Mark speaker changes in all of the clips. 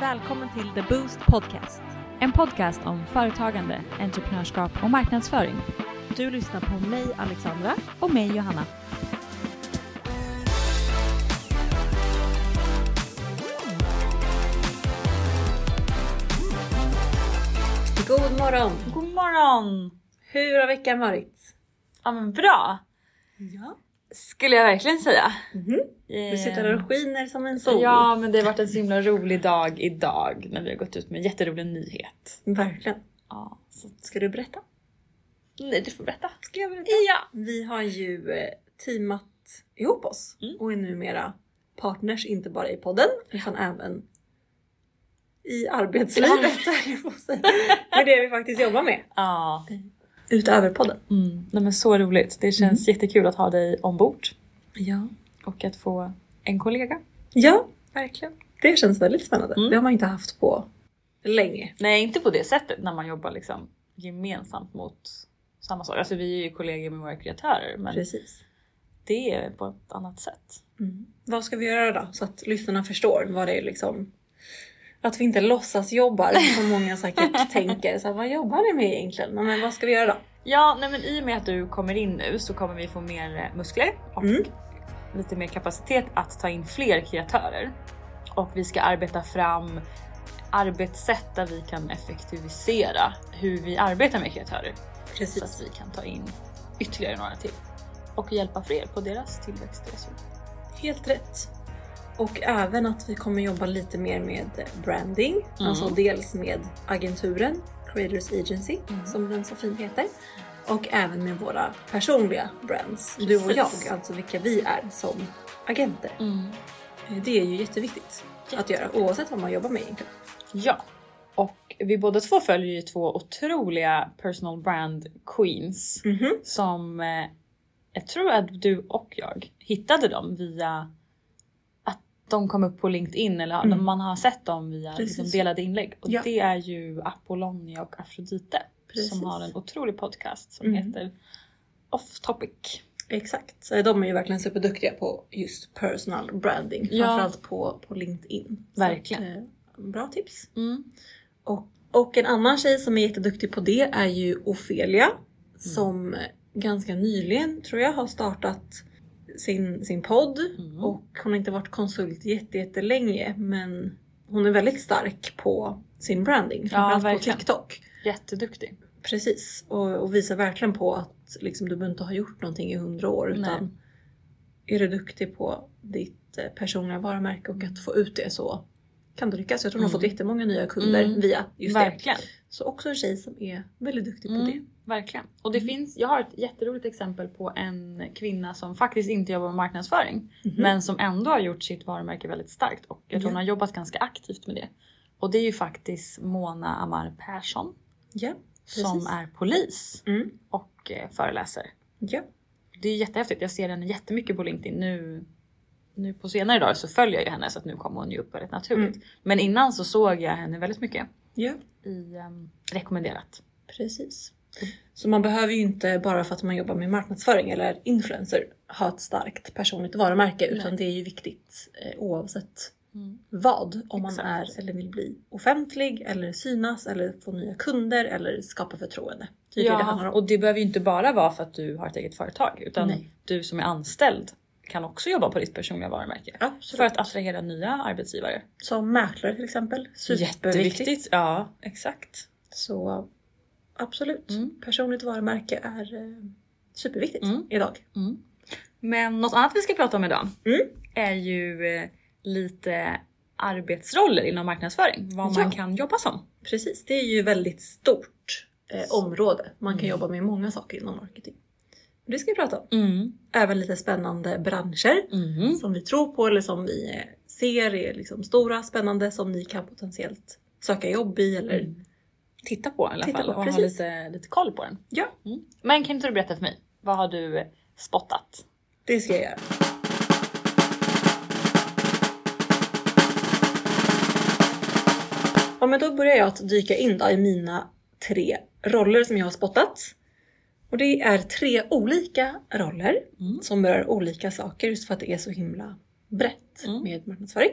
Speaker 1: Välkommen till The Boost Podcast. En podcast om företagande, entreprenörskap och marknadsföring. Du lyssnar på mig Alexandra och mig Johanna.
Speaker 2: God morgon!
Speaker 1: God morgon!
Speaker 2: Hur har veckan varit?
Speaker 1: Ja men bra,
Speaker 2: Ja.
Speaker 1: skulle jag verkligen säga.
Speaker 2: Du sitter där
Speaker 3: Eh,
Speaker 2: och skiner som en sol.
Speaker 3: Ja men det har varit en så himla rolig dag idag när vi har gått ut med en jätterolig nyhet.
Speaker 2: Verkligen.
Speaker 3: Ja.
Speaker 2: Ska du berätta?
Speaker 3: Nej du får berätta.
Speaker 2: Ska jag berätta?
Speaker 3: Ja!
Speaker 2: Vi har ju eh, teamat ihop oss
Speaker 3: Mm.
Speaker 2: och är numera partners, inte bara i podden utan även i arbetslivet höll jag på att säga. Det är det vi faktiskt jobbar med.
Speaker 3: Ja.
Speaker 2: Utöver podden. Mm.
Speaker 3: Mm. Nej men så roligt. Det känns jättekul att ha dig ombord
Speaker 2: Ja.
Speaker 3: och att få en kollega.
Speaker 2: Ja,
Speaker 3: Verkligen.
Speaker 2: det känns väldigt spännande.
Speaker 3: Mm.
Speaker 2: Det har man inte haft på länge.
Speaker 3: Nej inte på det sättet när man jobbar liksom gemensamt mot samma sak. Alltså vi är ju kollegor med våra kreatörer men
Speaker 2: Precis.
Speaker 3: det är på ett annat sätt.
Speaker 2: Mm. Vad ska vi göra då? Så att lyssnarna förstår vad det är liksom. Att vi inte låtsas jobbar som många säkert tänker. Så här, vad jobbar ni med egentligen? Men vad ska vi göra då?
Speaker 3: Ja, nej men i och med att du kommer in nu så kommer vi få mer eh, muskler och
Speaker 2: Mm.
Speaker 3: lite mer kapacitet att ta in fler kreatörer. Och vi ska arbeta fram arbetssätt där vi kan effektivisera hur vi arbetar med kreatörer så
Speaker 2: Precis.
Speaker 3: att vi kan ta in ytterligare några till och hjälpa fler på deras tillväxtresor.
Speaker 2: Helt rätt. Och även att vi kommer jobba lite mer med branding.
Speaker 3: Mm.
Speaker 2: Alltså dels med agenturen Creators Agency
Speaker 3: Mm.
Speaker 2: som den så fint heter. Och även med våra personliga brands. Du och jag,
Speaker 3: Precis.
Speaker 2: alltså vilka vi är som agenter. Det är ju jätteviktigt Mm. att göra oavsett vad man jobbar med egentligen.
Speaker 3: Ja, och vi båda två följer ju två otroliga personal brand queens
Speaker 2: Mhm.
Speaker 3: som eh, jag tror att du och jag hittade dem via att de kom upp på LinkedIn eller
Speaker 2: Mm.
Speaker 3: man har sett dem via
Speaker 2: Precis.
Speaker 3: liksom delade inlägg. Och
Speaker 2: Ja.
Speaker 3: det är ju Apollonia och Afrodite
Speaker 2: Precis.
Speaker 3: som har en otrolig podcast som
Speaker 2: Mm.
Speaker 3: heter Off Topic.
Speaker 2: Exakt, så de är ju verkligen superduktiga på just personal branding.
Speaker 3: Ja.
Speaker 2: Framförallt på, på LinkedIn. Så
Speaker 3: Verkligen.
Speaker 2: att, eh, bra tips.
Speaker 3: Mm.
Speaker 2: Och, och en annan tjej som är jätteduktig på det är ju Ofelia.
Speaker 3: Mm.
Speaker 2: Som ganska nyligen tror jag har startat sin, sin podd.
Speaker 3: Mm.
Speaker 2: Och hon har inte varit konsult jätte- jättelänge men hon är väldigt stark på sin branding. Framförallt på
Speaker 3: verkligen.
Speaker 2: TikTok.
Speaker 3: Jätteduktig.
Speaker 2: Precis, och, och visar verkligen på att liksom, du behöver inte ha gjort någonting i hundra år utan
Speaker 3: Nej.
Speaker 2: är du duktig på ditt eh, personliga varumärke och att få ut det så kan du lyckas. Jag tror hon har
Speaker 3: Mm.
Speaker 2: fått jättemånga nya kunder
Speaker 3: Mm.
Speaker 2: via just det.
Speaker 3: Verkligen.
Speaker 2: Så också en tjej som är väldigt duktig på
Speaker 3: Mm.
Speaker 2: det.
Speaker 3: Verkligen. Och
Speaker 2: Mm.
Speaker 3: det finns, jag har ett jätteroligt exempel på en kvinna som faktiskt inte jobbar med marknadsföring.
Speaker 2: Mhm.
Speaker 3: Men som ändå har gjort sitt varumärke väldigt starkt och jag tror hon
Speaker 2: Ja.
Speaker 3: har jobbat ganska aktivt med det. Och det är ju faktiskt Mona Amar Persson
Speaker 2: Ja.
Speaker 3: som
Speaker 2: Precis.
Speaker 3: är polis
Speaker 2: Mm.
Speaker 3: och eh, föreläser.
Speaker 2: ja.
Speaker 3: Det är jättehäftigt, jag ser henne jättemycket på LinkedIn nu. Nu på senare dagar så följer jag ju henne så att nu kommer hon ju upp väldigt naturligt.
Speaker 2: Mm.
Speaker 3: Men innan så såg jag henne väldigt mycket
Speaker 2: ja,
Speaker 3: i ehm, rekommenderat.
Speaker 2: precis.
Speaker 3: Mm.
Speaker 2: Så man behöver ju inte bara för att man jobbar med marknadsföring eller är influencer ha ett starkt personligt varumärke utan
Speaker 3: Nej.
Speaker 2: det är ju viktigt eh, oavsett vad om man
Speaker 3: Exakt.
Speaker 2: är eller vill bli offentlig eller synas eller få nya kunder eller skapa förtroende. Typ Det är det det handlar
Speaker 3: Ja,
Speaker 2: om.
Speaker 3: och det behöver ju inte bara vara för att du har ett eget företag utan
Speaker 2: Nej.
Speaker 3: du som är anställd kan också jobba på ditt personliga varumärke.
Speaker 2: Absolut.
Speaker 3: För att attrahera nya arbetsgivare.
Speaker 2: Som mäklare till exempel.
Speaker 3: Typ,
Speaker 2: Superviktigt.
Speaker 3: Jätteviktigt. Ja, exakt.
Speaker 2: Så absolut.
Speaker 3: Mm.
Speaker 2: Personligt varumärke är eh, superviktigt
Speaker 3: Mm.
Speaker 2: idag.
Speaker 3: Men något annat vi ska prata om idag
Speaker 2: Mm.
Speaker 3: är ju eh, lite arbetsroller inom marknadsföring. Vad
Speaker 2: Ja.
Speaker 3: man kan jobba som.
Speaker 2: Precis, det är ju väldigt stort eh, område. Man kan
Speaker 3: Mm.
Speaker 2: jobba med många saker inom marketing. Det ska vi prata om.
Speaker 3: Mm,
Speaker 2: Även lite spännande branscher.
Speaker 3: Mhm.
Speaker 2: som vi tror på eller som vi eh, ser är liksom stora, spännande som ni kan potentiellt söka jobb i eller
Speaker 3: Mm. Titta på i alla
Speaker 2: Titta
Speaker 3: fall
Speaker 2: på,
Speaker 3: och ha
Speaker 2: precis.
Speaker 3: lite, lite koll på den.
Speaker 2: Ja.
Speaker 3: Mm. Men kan inte du berätta för mig, vad har du eh, spottat?
Speaker 2: det ska jag göra. Ja men då börjar jag att dyka in då i mina tre roller som jag har spottat. Och det är tre olika roller
Speaker 3: Mm.
Speaker 2: som berör olika saker just för att det är så himla brett
Speaker 3: Mm.
Speaker 2: med marknadsföring.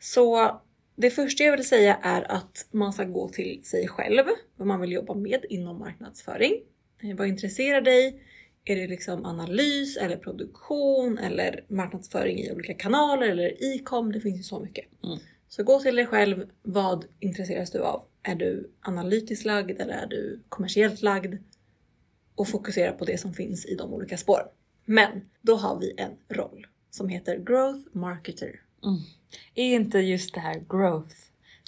Speaker 2: Så Det första jag vill säga är att man ska gå till sig själv, vad man vill jobba med inom marknadsföring. Eh, Vad intresserar dig? Är det liksom analys eller produktion eller marknadsföring i olika kanaler eller e-com? Det finns ju så mycket.
Speaker 3: Mm.
Speaker 2: Så gå till dig själv. Vad intresseras du av? Är du analytiskt lagd eller är du kommersiellt lagd? Och fokusera på det som finns i de olika spåren. Men då har vi en roll som heter Growth Marketer.
Speaker 3: Är inte just det här growth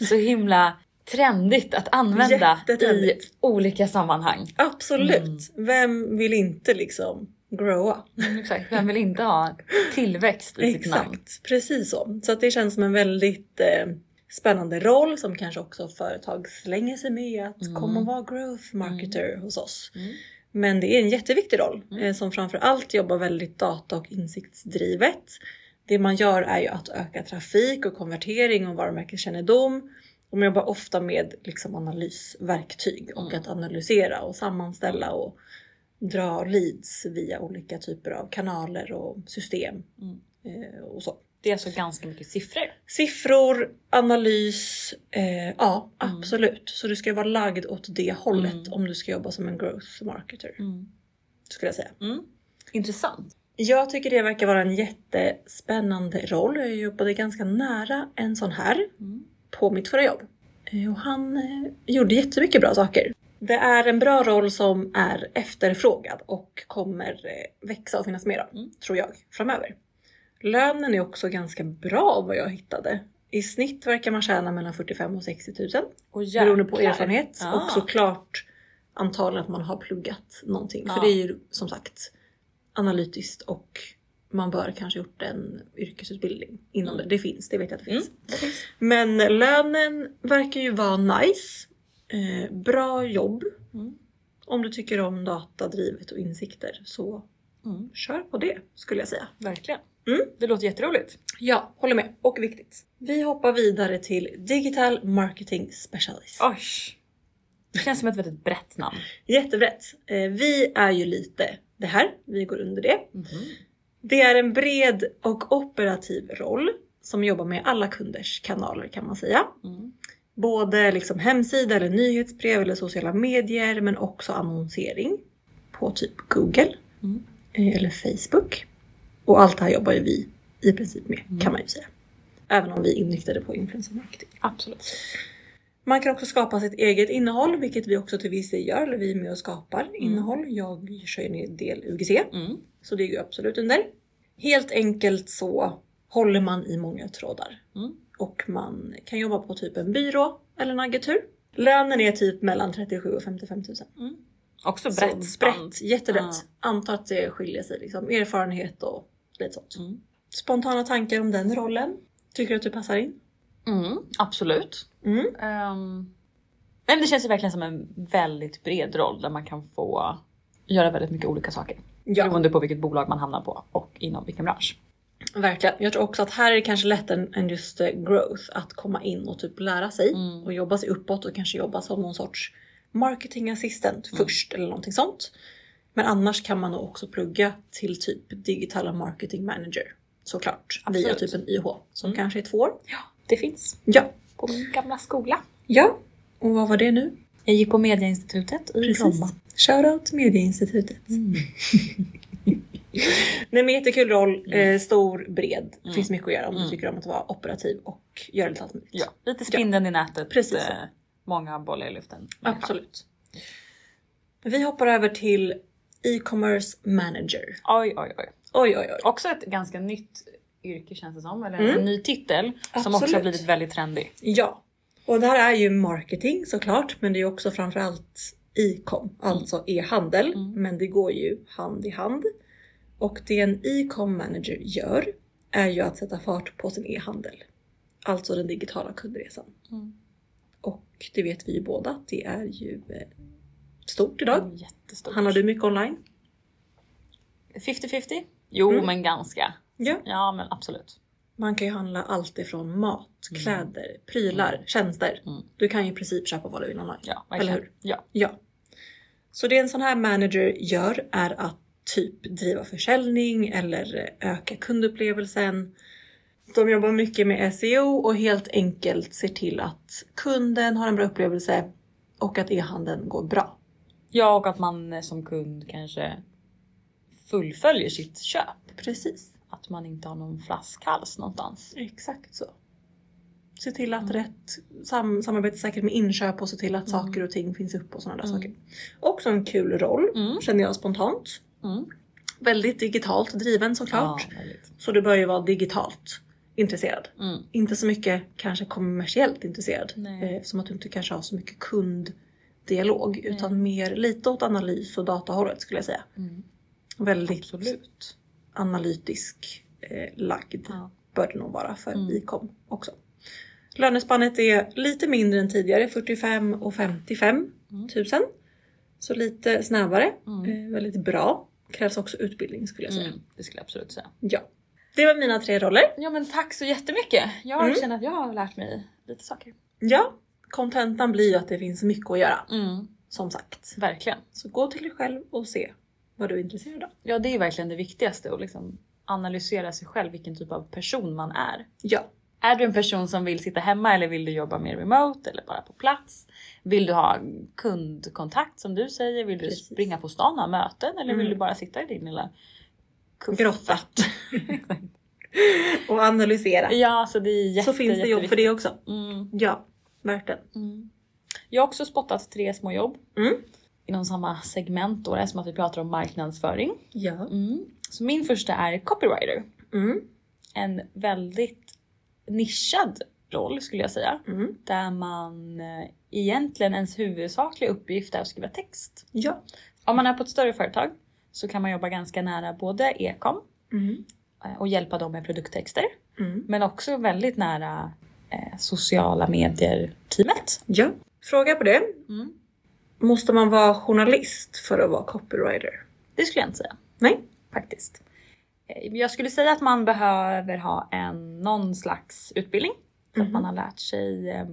Speaker 3: så himla trendigt att använda i
Speaker 2: Jättetrendigt.
Speaker 3: olika sammanhang?
Speaker 2: Absolut!
Speaker 3: Mm.
Speaker 2: Vem vill inte liksom growa?
Speaker 3: Exakt, vem vill inte ha tillväxt i sitt namn?
Speaker 2: Exakt, precis så. Så att det känns som en väldigt eh, spännande roll som kanske också företag slänger sig med att
Speaker 3: Mm.
Speaker 2: komma och vara growth marketer hos oss.
Speaker 3: Mm.
Speaker 2: Men det är en jätteviktig roll
Speaker 3: Mm.
Speaker 2: eh, som framför allt jobbar väldigt data och insiktsdrivet. Det man gör är ju att öka trafik och konvertering och varumärkeskännedom. Och man jobbar ofta med liksom analysverktyg och
Speaker 3: Mm.
Speaker 2: att analysera och sammanställa och dra leads via olika typer av kanaler och system.
Speaker 3: Mm.
Speaker 2: eh, Och så.
Speaker 3: Det är alltså ganska mycket siffror.
Speaker 2: Siffror, analys, eh, ja
Speaker 3: Mm.
Speaker 2: absolut. Så du ska vara lagd åt det hållet
Speaker 3: Mm.
Speaker 2: om du ska jobba som en growth marketer skulle jag säga.
Speaker 3: Mm. Intressant.
Speaker 2: Jag tycker det verkar vara en jättespännande roll. Jag jobbade ganska nära en sån här
Speaker 3: Mm.
Speaker 2: på mitt förra jobb. Eh, Och han eh, gjorde jättemycket bra saker. Det är en bra roll som är efterfrågad och kommer eh, växa och finnas mer av,
Speaker 3: Mm.
Speaker 2: tror jag, framöver. Lönen är också ganska bra vad jag hittade. I snitt verkar man tjäna mellan 45 000 och 60 000
Speaker 3: Och
Speaker 2: beroende på
Speaker 3: jäklar.
Speaker 2: erfarenhet
Speaker 3: Ah.
Speaker 2: och såklart antagligen att man har pluggat någonting.
Speaker 3: Ja.
Speaker 2: För det är ju som sagt analytiskt och man bör kanske gjort en yrkesutbildning inom
Speaker 3: Mm.
Speaker 2: det. Det finns, det vet jag att det
Speaker 3: Mm.
Speaker 2: finns. Men lönen verkar ju vara nice. Eh, bra jobb.
Speaker 3: Mm.
Speaker 2: Om du tycker om datadrivet och insikter så
Speaker 3: Mm.
Speaker 2: kör på det skulle jag säga.
Speaker 3: Verkligen.
Speaker 2: Mm.
Speaker 3: Det låter jätteroligt.
Speaker 2: Ja, håller med. Och viktigt. Vi hoppar vidare till Digital Marketing Specialist.
Speaker 3: Oj. Det känns som ett väldigt brett namn.
Speaker 2: Jättebrett. Eh, Vi är ju lite det här, vi går under det.
Speaker 3: Mm.
Speaker 2: Det är en bred och operativ roll som jobbar med alla kunders kanaler kan man säga.
Speaker 3: Mm.
Speaker 2: Både liksom hemsida eller nyhetsbrev eller sociala medier men också annonsering på typ Google
Speaker 3: Mm.
Speaker 2: eh, eller Facebook. Och allt det här jobbar ju vi i princip med
Speaker 3: Mm.
Speaker 2: kan man ju säga. Även om vi är inriktade på influencer marketing.
Speaker 3: Absolut.
Speaker 2: Man kan också skapa sitt eget innehåll, vilket vi också till viss del gör. Eller vi är med och skapar innehåll. Jag kör ju en del UGC,
Speaker 3: Mm.
Speaker 2: så det går ju absolut under. Helt enkelt så håller man i många trådar.
Speaker 3: Mm.
Speaker 2: Och man kan jobba på typ en byrå eller en agentur. Lönen är typ mellan 37 000 och 55 000.
Speaker 3: Mm. Också
Speaker 2: Så
Speaker 3: brett spann.
Speaker 2: brett, jättebrett.
Speaker 3: Ja.
Speaker 2: Antar att det skiljer sig liksom. Erfarenhet och lite sånt.
Speaker 3: Mm.
Speaker 2: Spontana tankar om den rollen? Tycker du att du passar in?
Speaker 3: Mm. Absolut.
Speaker 2: Mm.
Speaker 3: Ehm, nej, men det känns ju verkligen som en väldigt bred roll där man kan få göra väldigt mycket olika saker.
Speaker 2: Ja.
Speaker 3: Beroende på vilket bolag man hamnar på och inom vilken bransch.
Speaker 2: Verkligen. Jag tror också att här är det kanske lättare än just eh, growth att komma in och typ lära sig
Speaker 3: Mm.
Speaker 2: och jobba sig uppåt och kanske jobba som någon sorts marketing assistant
Speaker 3: Mm.
Speaker 2: först eller någonting sånt. Men annars kan man nog också plugga till typ digitala marketing manager såklart via
Speaker 3: Absolut.
Speaker 2: typ en YH som
Speaker 3: Mm.
Speaker 2: kanske är två år.
Speaker 3: Ja, det finns.
Speaker 2: Ja.
Speaker 3: På min gamla skola.
Speaker 2: Ja. Och vad var det nu?
Speaker 3: Jag gick på Mediainstitutet i Bromma.
Speaker 2: Shoutout Medieinstitutet.
Speaker 3: Mm.
Speaker 2: Nej men jättekul roll, eh, stor, bred.
Speaker 3: Mm.
Speaker 2: Finns mycket att göra om
Speaker 3: Mm.
Speaker 2: du tycker om att vara operativ och göra lite allt möjligt.
Speaker 3: Ja, lite spindeln i nätet.
Speaker 2: Precis så.
Speaker 3: eh, Många bollar i luften.
Speaker 2: Absolut. Vi hoppar över till e-commerce manager.
Speaker 3: Oj, oj, oj.
Speaker 2: Oj oj oj.
Speaker 3: Också ett ganska nytt yrke känns det som. Eller
Speaker 2: Mm.
Speaker 3: en ny titel som också
Speaker 2: Absolut.
Speaker 3: har blivit väldigt trendig.
Speaker 2: Ja. Och det här är ju marketing såklart men det är också framförallt e-com, alltså e-handel.
Speaker 3: Mm.
Speaker 2: Men det går ju hand i hand. Och det en e-com manager gör är ju att sätta fart på sin e-handel. Alltså den digitala kundresan.
Speaker 3: Mm.
Speaker 2: Och det vet vi ju båda att det är ju eh, stort idag.
Speaker 3: Jättestort.
Speaker 2: Handlar du mycket online?
Speaker 3: 50-50? Jo,
Speaker 2: Mm.
Speaker 3: men ganska.
Speaker 2: Ja.
Speaker 3: Ja, men absolut.
Speaker 2: Man kan ju handla allt ifrån mat, kläder, prylar, tjänster.
Speaker 3: Mm.
Speaker 2: Du kan ju i princip köpa vad du vill online.
Speaker 3: Ja,
Speaker 2: Eller
Speaker 3: verkligen.
Speaker 2: hur?
Speaker 3: Ja.
Speaker 2: Ja. Så det en sån här manager gör är att typ driva försäljning eller öka kundupplevelsen. De jobbar mycket med SEO och helt enkelt ser till att kunden har en bra upplevelse och att e-handeln går bra.
Speaker 3: Ja, och att man som kund kanske fullföljer sitt köp.
Speaker 2: Precis.
Speaker 3: Att man inte har någon flaskhals någonstans.
Speaker 2: Exakt så. Se till
Speaker 3: Mm.
Speaker 2: att rätt sam samarbete säkert med inköp och se till att saker och ting finns upp och sådana där
Speaker 3: Mm.
Speaker 2: saker. Också en kul roll
Speaker 3: Mm.
Speaker 2: känner jag spontant.
Speaker 3: Mm.
Speaker 2: Väldigt digitalt driven såklart.
Speaker 3: Ja, väldigt.
Speaker 2: Så du bör ju vara digitalt intresserad.
Speaker 3: Mm.
Speaker 2: Inte så mycket kanske kommersiellt intresserad.
Speaker 3: Nej.
Speaker 2: Eh, Eftersom att du inte kanske har så mycket kunddialog utan mer lite åt analys och datahållet skulle jag säga.
Speaker 3: Mm.
Speaker 2: Väldigt
Speaker 3: Absolut.
Speaker 2: analytisk eh, lagd
Speaker 3: Ja.
Speaker 2: bör det nog vara för
Speaker 3: Mm.
Speaker 2: ICOM också. Lönespannet är lite mindre än tidigare, 45 000 och 55
Speaker 3: Mm.
Speaker 2: 000. Så lite snabbare,
Speaker 3: Mm.
Speaker 2: eh, väldigt bra. Krävs också utbildning skulle jag säga.
Speaker 3: Mm. Det skulle jag absolut säga.
Speaker 2: Ja. Det var mina tre roller.
Speaker 3: Ja men tack så jättemycket! Jag
Speaker 2: Mm.
Speaker 3: känner att jag har lärt mig lite saker.
Speaker 2: Ja, kontentan blir ju att det finns mycket att göra som sagt.
Speaker 3: Verkligen.
Speaker 2: Så gå till dig själv och se vad du är intresserad av.
Speaker 3: Ja det är verkligen det viktigaste att liksom analysera sig själv vilken typ av person man är.
Speaker 2: Ja,
Speaker 3: Är du en person som vill sitta hemma eller vill du jobba mer remote eller bara på plats? Vill du ha kundkontakt som du säger? Vill du
Speaker 2: Precis.
Speaker 3: springa på stan och ha möten eller vill
Speaker 2: Mm.
Speaker 3: du bara sitta i din lilla kuff?
Speaker 2: grotta. och analysera.
Speaker 3: Ja så det är jätte,
Speaker 2: Så finns det jobb för det också.
Speaker 3: Mm,
Speaker 2: Ja, verkligen.
Speaker 3: mm. Jag har också spottat tre små jobb
Speaker 2: Mm.
Speaker 3: inom samma segment då, det är som att vi pratar om marknadsföring.
Speaker 2: Ja.
Speaker 3: Mm. Så min första är copywriter.
Speaker 2: Mm.
Speaker 3: En väldigt nischad roll skulle jag säga.
Speaker 2: Mm.
Speaker 3: Där man eh, egentligen ens huvudsakliga uppgift är att skriva text.
Speaker 2: Ja.
Speaker 3: Om man är på ett större företag så kan man jobba ganska nära både e-com
Speaker 2: Mm.
Speaker 3: eh, och hjälpa dem med produkttexter.
Speaker 2: Mm.
Speaker 3: Men också väldigt nära eh, sociala medier-teamet.
Speaker 2: Ja. Fråga på det.
Speaker 3: Mm.
Speaker 2: Måste man vara journalist för att vara copywriter?
Speaker 3: Det skulle jag inte säga.
Speaker 2: Nej.
Speaker 3: faktiskt. Eh, Jag skulle säga att man behöver ha en, någon slags utbildning. Så
Speaker 2: Mhm.
Speaker 3: att man har lärt sig eh,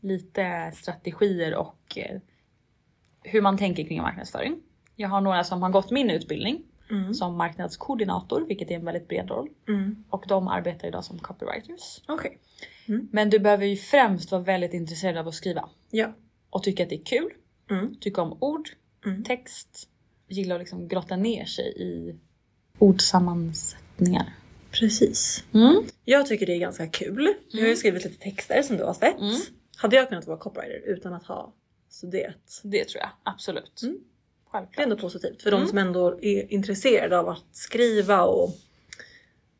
Speaker 3: lite strategier och eh, hur man tänker kring marknadsföring. Jag har några som har gått min utbildning
Speaker 2: Mm.
Speaker 3: som marknadskoordinator, vilket är en väldigt bred roll.
Speaker 2: Mm.
Speaker 3: Och de arbetar idag som copywriters.
Speaker 2: Okej.
Speaker 3: Men du behöver ju främst vara väldigt intresserad av att skriva
Speaker 2: Ja.
Speaker 3: och tycka att det är kul,
Speaker 2: Mm.
Speaker 3: tycka om ord,
Speaker 2: Mm.
Speaker 3: text, gilla att liksom grotta ner sig i ordsammansättningar.
Speaker 2: Precis. Mm.
Speaker 3: Mm.
Speaker 2: Jag tycker det är ganska kul. Jag har ju skrivit lite texter som du har sett.
Speaker 3: Mm.
Speaker 2: Hade jag kunnat vara copywriter utan att ha studerat
Speaker 3: Det tror jag absolut.
Speaker 2: Mm. Det är
Speaker 3: Självklart.
Speaker 2: ändå positivt för de som ändå är intresserade av att skriva och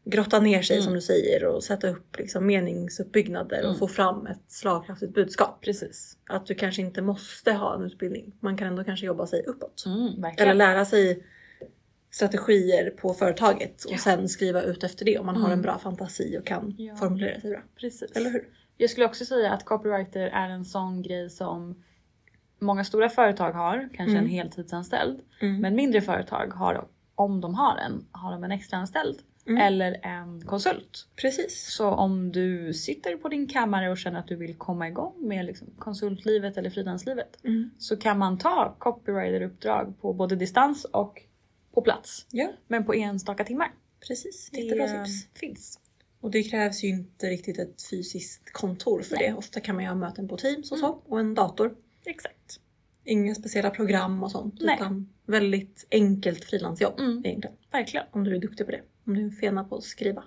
Speaker 2: grotta ner sig som du säger och sätta upp liksom meningsuppbyggnader och få fram ett slagkraftigt budskap.
Speaker 3: Precis.
Speaker 2: Att du kanske inte måste ha en utbildning. Man kan ändå kanske jobba sig uppåt.
Speaker 3: Mm, verkligen.
Speaker 2: Eller lära sig strategier på företaget och sen skriva ut efter det om man har en bra fantasi och kan
Speaker 3: Mm. Ja.
Speaker 2: formulera sig bra.
Speaker 3: Precis.
Speaker 2: Eller hur?
Speaker 3: Jag skulle också säga att copywriter är en sån grej som många stora företag har, kanske en heltidsanställd.
Speaker 2: Mm.
Speaker 3: Men mindre företag har, om de har en, har de en extraanställd
Speaker 2: Mm.
Speaker 3: eller en konsult.
Speaker 2: Precis.
Speaker 3: Så om du sitter på din kammare och känner att du vill komma igång med liksom konsultlivet eller frilanslivet
Speaker 2: Mm.
Speaker 3: så kan man ta copywriter-uppdrag på både distans och på plats.
Speaker 2: Ja,
Speaker 3: Men på enstaka timmar.
Speaker 2: precis. Jättebra
Speaker 3: Det
Speaker 2: tips.
Speaker 3: finns.
Speaker 2: Och det krävs ju inte riktigt ett fysiskt kontor för det. Ofta kan man ju ha möten på Teams och så
Speaker 3: Mm.
Speaker 2: och en dator.
Speaker 3: Exakt.
Speaker 2: Inga speciella program och sånt
Speaker 3: Nej.
Speaker 2: utan väldigt enkelt frilansjobb
Speaker 3: Mm.
Speaker 2: egentligen.
Speaker 3: Verkligen. Mm.
Speaker 2: Om du är duktig på det. Om du är en fena på att skriva.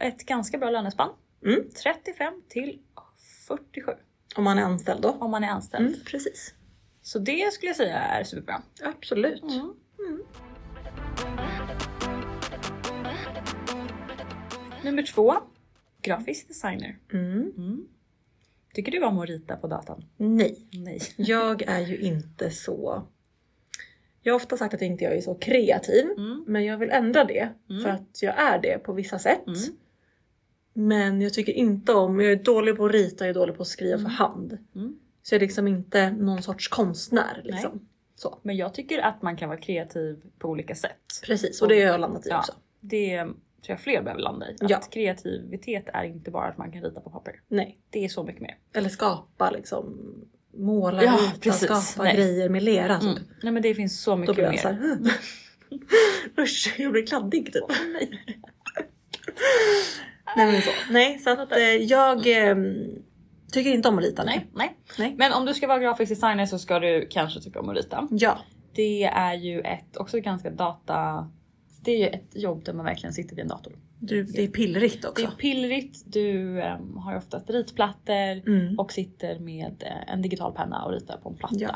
Speaker 3: Ett ganska bra lönespann.
Speaker 2: Mm.
Speaker 3: 35 till 47
Speaker 2: Om man är anställd då.
Speaker 3: om man är anställd.
Speaker 2: Mm, precis.
Speaker 3: Så det skulle jag säga är superbra.
Speaker 2: Absolut.
Speaker 3: Mm.
Speaker 2: Mm.
Speaker 3: Nummer två. Grafisk designer.
Speaker 2: Mm.
Speaker 3: Tycker du om att rita på datorn?
Speaker 2: Nej.
Speaker 3: Nej.
Speaker 2: Jag är ju inte så... Jag har ofta sagt att inte jag är så kreativ.
Speaker 3: Mm.
Speaker 2: Men jag vill ändra det.
Speaker 3: Mm.
Speaker 2: För att jag är det på vissa sätt.
Speaker 3: Mm.
Speaker 2: Men jag tycker inte om... Jag är dålig på att rita, jag är dålig på att skriva för hand.
Speaker 3: Mm.
Speaker 2: Så jag är liksom inte någon sorts konstnär. Liksom. Så.
Speaker 3: Men jag tycker att man kan vara kreativ på olika sätt.
Speaker 2: Precis, och det har jag landat i
Speaker 3: Ja.
Speaker 2: också.
Speaker 3: Det tror jag fler behöver landa i. Att
Speaker 2: Ja.
Speaker 3: kreativitet är inte bara att man kan rita på papper.
Speaker 2: Nej.
Speaker 3: Det är så mycket mer.
Speaker 2: Eller skapa liksom. Måla,
Speaker 3: Ja,
Speaker 2: rita,
Speaker 3: precis.
Speaker 2: skapa
Speaker 3: Nej.
Speaker 2: grejer med lera. Typ.
Speaker 3: Mm. Nej men det finns så
Speaker 2: Då
Speaker 3: mycket
Speaker 2: blir jag
Speaker 3: mer.
Speaker 2: såhär... Usch, jag blir kladdig typ. Nej men så. Nej, så att eh, jag eh, tycker inte om att rita.
Speaker 3: Nej,
Speaker 2: Nej.
Speaker 3: nej.
Speaker 2: Nej.
Speaker 3: Men om du ska vara grafisk designer så ska du kanske tycka om att rita.
Speaker 2: Ja.
Speaker 3: Det är ju ett också ganska data... Det är ju ett jobb där man verkligen sitter vid en dator.
Speaker 2: Du, det är pillrigt
Speaker 3: Det är
Speaker 2: också.
Speaker 3: pillrigt, du ehm, har oftast ritplattor
Speaker 2: Mm.
Speaker 3: och sitter med eh, en digital penna och ritar på en platta.
Speaker 2: Ja.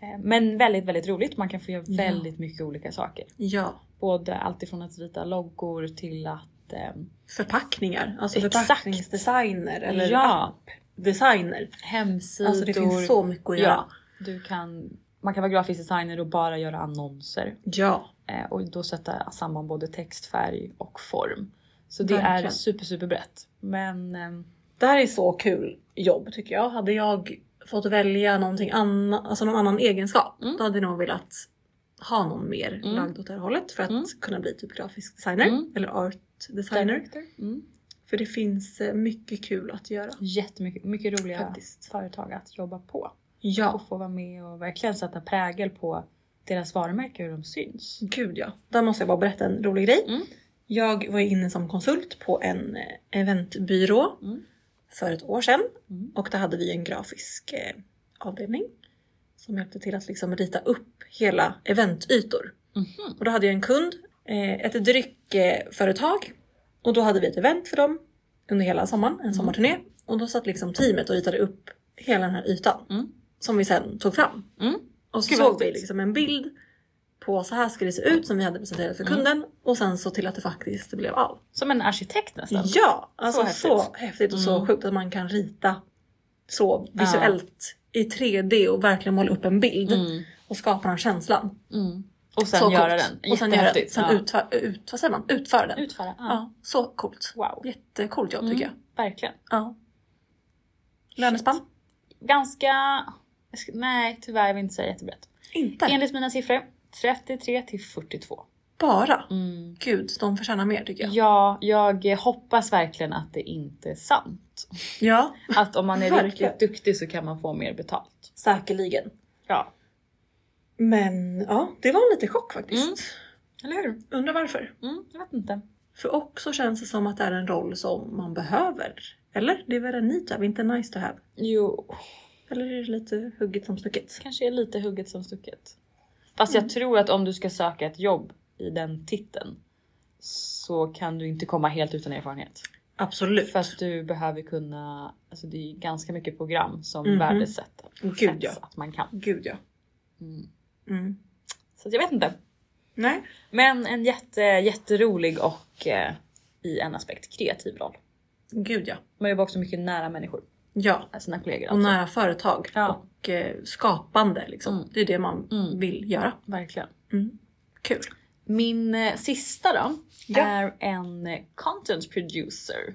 Speaker 3: Eh, Men väldigt, väldigt roligt. Man kan få göra
Speaker 2: Ja.
Speaker 3: väldigt mycket olika saker.
Speaker 2: Ja.
Speaker 3: Både alltifrån att rita loggor till att ehm,
Speaker 2: Förpackningar. Alltså
Speaker 3: Exakt.
Speaker 2: förpackningsdesigner eller
Speaker 3: ja,
Speaker 2: designer.
Speaker 3: hemsidor.
Speaker 2: Alltså det finns så mycket att
Speaker 3: ja,
Speaker 2: göra.
Speaker 3: du kan, man kan vara grafisk designer och bara göra annonser.
Speaker 2: Ja.
Speaker 3: Eh, och då sätta samman både text, färg och form. Så det är
Speaker 2: Verkligen.
Speaker 3: super super brett. Men ehm,
Speaker 2: Det här är så kul jobb tycker jag. Hade jag fått välja någonting annan, alltså någon annan egenskap
Speaker 3: Mm.
Speaker 2: då hade jag nog velat ha någon mer
Speaker 3: Mm.
Speaker 2: lagd åt det här hållet för att
Speaker 3: Mm.
Speaker 2: kunna bli typ grafisk designer
Speaker 3: Mm.
Speaker 2: eller art designer.
Speaker 3: mm,
Speaker 2: För det finns eh, mycket kul att göra.
Speaker 3: jättemycket mycket roliga
Speaker 2: Faktiskt.
Speaker 3: företag att jobba på.
Speaker 2: Ja.
Speaker 3: Och få vara med och verkligen sätta prägel på deras varumärke hur de syns.
Speaker 2: Gud ja. Där måste jag bara berätta en rolig grej.
Speaker 3: Mm.
Speaker 2: Jag var ju inne som konsult på en eh, eventbyrå
Speaker 3: Mm.
Speaker 2: för ett år sedan
Speaker 3: Mm.
Speaker 2: och där hade vi en grafisk eh, avdelning som hjälpte till att liksom rita upp hela eventytor.
Speaker 3: Mhm.
Speaker 2: Och då hade jag en kund, eh, ett dryckföretag och då hade vi ett event för dem under hela sommaren,
Speaker 3: Mm.
Speaker 2: en sommarturné. Och då satt liksom teamet och ritade upp hela den här ytan
Speaker 3: Mm.
Speaker 2: som vi sen tog fram.
Speaker 3: Mm.
Speaker 2: Och så
Speaker 3: Gud, vad
Speaker 2: såg vi
Speaker 3: häftigt.
Speaker 2: liksom en bild på så här ska det se ut som vi hade presenterat för
Speaker 3: Mm.
Speaker 2: kunden och sen så till att det faktiskt blev av.
Speaker 3: Som en arkitekt nästan.
Speaker 2: Ja! Alltså så
Speaker 3: häftigt.
Speaker 2: häftigt, och så
Speaker 3: Mm.
Speaker 2: sjukt att man kan rita så visuellt i 3D och verkligen måla upp en bild
Speaker 3: Mm.
Speaker 2: och skapa den här känslan.
Speaker 3: Mm. Och sen
Speaker 2: så
Speaker 3: göra
Speaker 2: coolt.
Speaker 3: den.
Speaker 2: Och sen göra den.
Speaker 3: Jättehäftigt.
Speaker 2: Sen utföra, ut, vad säger man? Utföra den.
Speaker 3: ja. Utföra. Ja.
Speaker 2: Ja, så coolt.
Speaker 3: Wow.
Speaker 2: Jättecoolt jobb tycker jag.
Speaker 3: Mm, Verkligen.
Speaker 2: Ja. Lönespann?
Speaker 3: Ganska... jag ska- Nej tyvärr jag vill inte säga jättebrett.
Speaker 2: Inte.
Speaker 3: Enligt mina siffror 33 till 42.
Speaker 2: Bara. Gud, de förtjänar mer tycker jag.
Speaker 3: Ja, jag hoppas verkligen att det inte är sant.
Speaker 2: Ja,
Speaker 3: Att om man är
Speaker 2: Verkligen.
Speaker 3: riktigt duktig så kan man få mer betalt.
Speaker 2: säkerligen.
Speaker 3: Ja.
Speaker 2: Men ja, det var en liten chock faktiskt.
Speaker 3: Mm. Eller hur?
Speaker 2: Undrar varför.
Speaker 3: Mm, jag vet inte.
Speaker 2: För också känns det som att det är en roll som man behöver. Eller? Det är väl en need to have, inte nice to have.
Speaker 3: Jo,
Speaker 2: Eller är det lite hugget som stucket?
Speaker 3: kanske är lite hugget som stucket. Fast
Speaker 2: Mm.
Speaker 3: jag tror att om du ska söka ett jobb i den titeln så kan du inte komma helt utan erfarenhet.
Speaker 2: Absolut.
Speaker 3: För att du behöver kunna, alltså det är ganska mycket program som
Speaker 2: Mhm.
Speaker 3: värdesätter
Speaker 2: Gud, ja.
Speaker 3: att man kan.
Speaker 2: Gud ja.
Speaker 3: Mm.
Speaker 2: Mm.
Speaker 3: Så att jag vet inte.
Speaker 2: Nej.
Speaker 3: Men en jätte, jätterolig och eh, i en aspekt kreativ roll.
Speaker 2: Gud ja.
Speaker 3: Man jobbar också mycket nära människor,
Speaker 2: Ja.
Speaker 3: eh, sina kollegor
Speaker 2: Och
Speaker 3: alltså.
Speaker 2: nära företag.
Speaker 3: Ja.
Speaker 2: Och eh, skapande liksom.
Speaker 3: Mm.
Speaker 2: Det är det man
Speaker 3: Mm.
Speaker 2: vill göra.
Speaker 3: Verkligen.
Speaker 2: Mm. Kul.
Speaker 3: Min eh, sista då
Speaker 2: Ja.
Speaker 3: är en eh, content producer.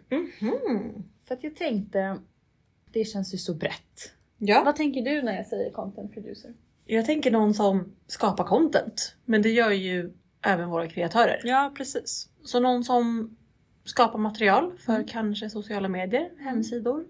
Speaker 3: För att jag tänkte, det känns ju så brett.
Speaker 2: Ja.
Speaker 3: Vad tänker du när jag säger content producer?
Speaker 2: Jag tänker någon som skapar content. Men det gör ju även våra kreatörer.
Speaker 3: Ja precis.
Speaker 2: Så någon som skapar material för kanske sociala medier, hemsidor.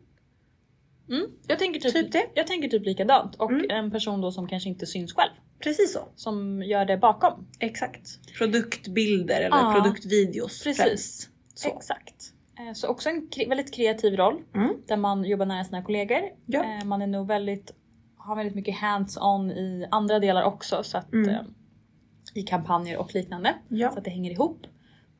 Speaker 3: Mm. Jag, tänker typ,
Speaker 2: Typ det.
Speaker 3: jag tänker typ likadant och
Speaker 2: Mm.
Speaker 3: en person då som kanske inte syns själv.
Speaker 2: Precis så.
Speaker 3: Som gör det bakom.
Speaker 2: Exakt. Produktbilder eller
Speaker 3: Ja.
Speaker 2: produktvideos.
Speaker 3: Precis.
Speaker 2: främst. Så.
Speaker 3: Exakt. Eh, Så också en kre- väldigt kreativ roll
Speaker 2: Mm.
Speaker 3: där man jobbar nära sina kollegor.
Speaker 2: Ja.
Speaker 3: Eh, Man är nog väldigt, har väldigt mycket hands-on i andra delar också så att,
Speaker 2: Mm.
Speaker 3: eh, i kampanjer och liknande så
Speaker 2: Ja.
Speaker 3: att det hänger ihop.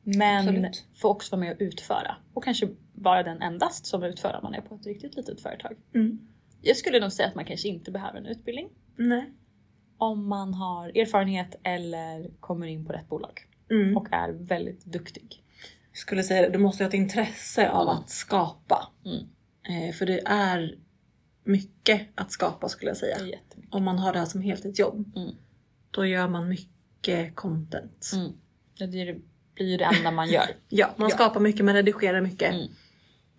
Speaker 3: Men
Speaker 2: Absolut.
Speaker 3: får också vara med och utföra och kanske vara den endast som utför om man är på ett riktigt litet företag.
Speaker 2: Mm.
Speaker 3: Jag skulle nog säga att man kanske inte behöver en utbildning
Speaker 2: Nej.
Speaker 3: om man har erfarenhet eller kommer in på rätt bolag
Speaker 2: Mm.
Speaker 3: och är väldigt duktig.
Speaker 2: Jag skulle säga det, du måste ha ett intresse av
Speaker 3: Mm.
Speaker 2: att skapa.
Speaker 3: Mm.
Speaker 2: Eh, för det är mycket att skapa skulle jag säga.
Speaker 3: Det är jättemycket.
Speaker 2: Om man har det här som heltidsjobb.
Speaker 3: Mm.
Speaker 2: Då gör man mycket content.
Speaker 3: Mm. Ja, Det är- det blir ju det enda man gör.
Speaker 2: Ja, man
Speaker 3: Ja.
Speaker 2: skapar mycket, man redigerar mycket.
Speaker 3: Mm.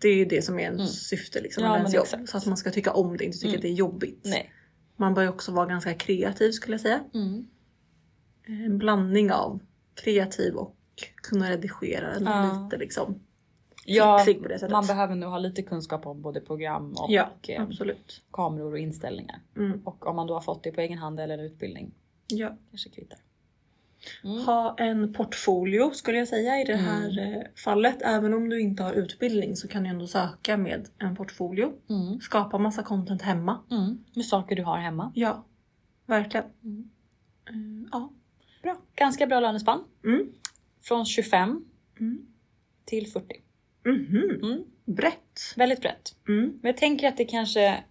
Speaker 2: Det är ju det som är ens
Speaker 3: Mm.
Speaker 2: syfte liksom,
Speaker 3: Ja,
Speaker 2: med
Speaker 3: men
Speaker 2: ens jobb.
Speaker 3: exakt.
Speaker 2: Så att man ska tycka om det, inte tycka
Speaker 3: Mm.
Speaker 2: att det är jobbigt.
Speaker 3: Nej.
Speaker 2: Man bör ju också vara ganska kreativ skulle jag säga.
Speaker 3: Mm.
Speaker 2: En blandning av kreativ och kunna redigera
Speaker 3: Ja.
Speaker 2: lite liksom.
Speaker 3: Ja,
Speaker 2: Fixig på det sättet.
Speaker 3: man behöver nog ha lite kunskap om både program och
Speaker 2: ja,
Speaker 3: eh,
Speaker 2: absolut.
Speaker 3: kameror och inställningar.
Speaker 2: Mm.
Speaker 3: Och om man då har fått det på egen hand eller en utbildning
Speaker 2: Ja.
Speaker 3: kanske kvittar. Mm.
Speaker 2: Ha en portfolio skulle jag säga i det här eh, fallet. Även om du inte har utbildning så kan du ändå söka med en portfolio.
Speaker 3: Mm.
Speaker 2: Skapa massa content hemma.
Speaker 3: Mm. Med saker du har hemma.
Speaker 2: Ja, verkligen.
Speaker 3: Mm.
Speaker 2: Eh, Ja.
Speaker 3: Ganska bra lönespann.
Speaker 2: Mm.
Speaker 3: Från 25
Speaker 2: Mm.
Speaker 3: till 40.
Speaker 2: Mhm.
Speaker 3: Mm.
Speaker 2: Brett.
Speaker 3: Väldigt brett.
Speaker 2: Mm.
Speaker 3: Men jag tänker att det kanske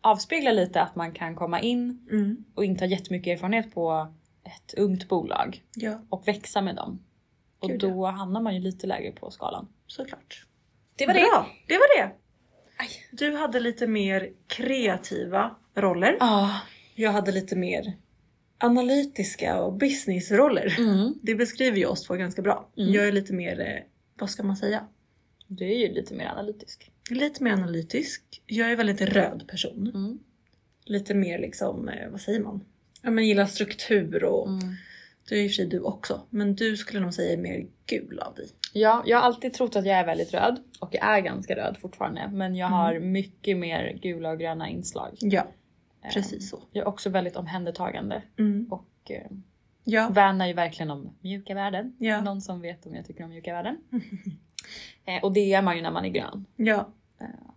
Speaker 3: avspeglar lite att man kan komma in
Speaker 2: Mm.
Speaker 3: och inte ha jättemycket erfarenhet på ett ungt bolag
Speaker 2: Ja,
Speaker 3: och växa med dem. Och
Speaker 2: Gud, ja.
Speaker 3: då hamnar man ju lite lägre på skalan.
Speaker 2: såklart.
Speaker 3: Det var det!
Speaker 2: Bra, det var det.
Speaker 3: Aj.
Speaker 2: Du hade lite mer kreativa roller.
Speaker 3: Ah,
Speaker 2: Jag hade lite mer analytiska och businessroller.
Speaker 3: mm.
Speaker 2: Det beskriver ju oss två ganska bra.
Speaker 3: Mm.
Speaker 2: Jag är lite mer, eh, vad ska man säga?
Speaker 3: Du är ju lite mer analytisk.
Speaker 2: Lite mer analytisk. Jag är en väldigt röd person.
Speaker 3: Mm.
Speaker 2: Lite mer liksom, eh, vad säger man? Ja men gillar struktur och
Speaker 3: Mm.
Speaker 2: det är ju i och för sig du också. Men du skulle nog säga är mer gul av dig.
Speaker 3: Ja, jag har alltid trott att jag är väldigt röd och jag är ganska röd fortfarande. Men jag
Speaker 2: Mm.
Speaker 3: har mycket mer gula och gröna inslag.
Speaker 2: Ja,
Speaker 3: Eh,
Speaker 2: precis så.
Speaker 3: Jag är också väldigt omhändertagande
Speaker 2: Mm.
Speaker 3: och eh,
Speaker 2: Ja.
Speaker 3: värnar ju verkligen om mjuka värden.
Speaker 2: Ja.
Speaker 3: Någon som vet om jag tycker om mjuka värden. eh, och det är man ju när man är grön.
Speaker 2: ja,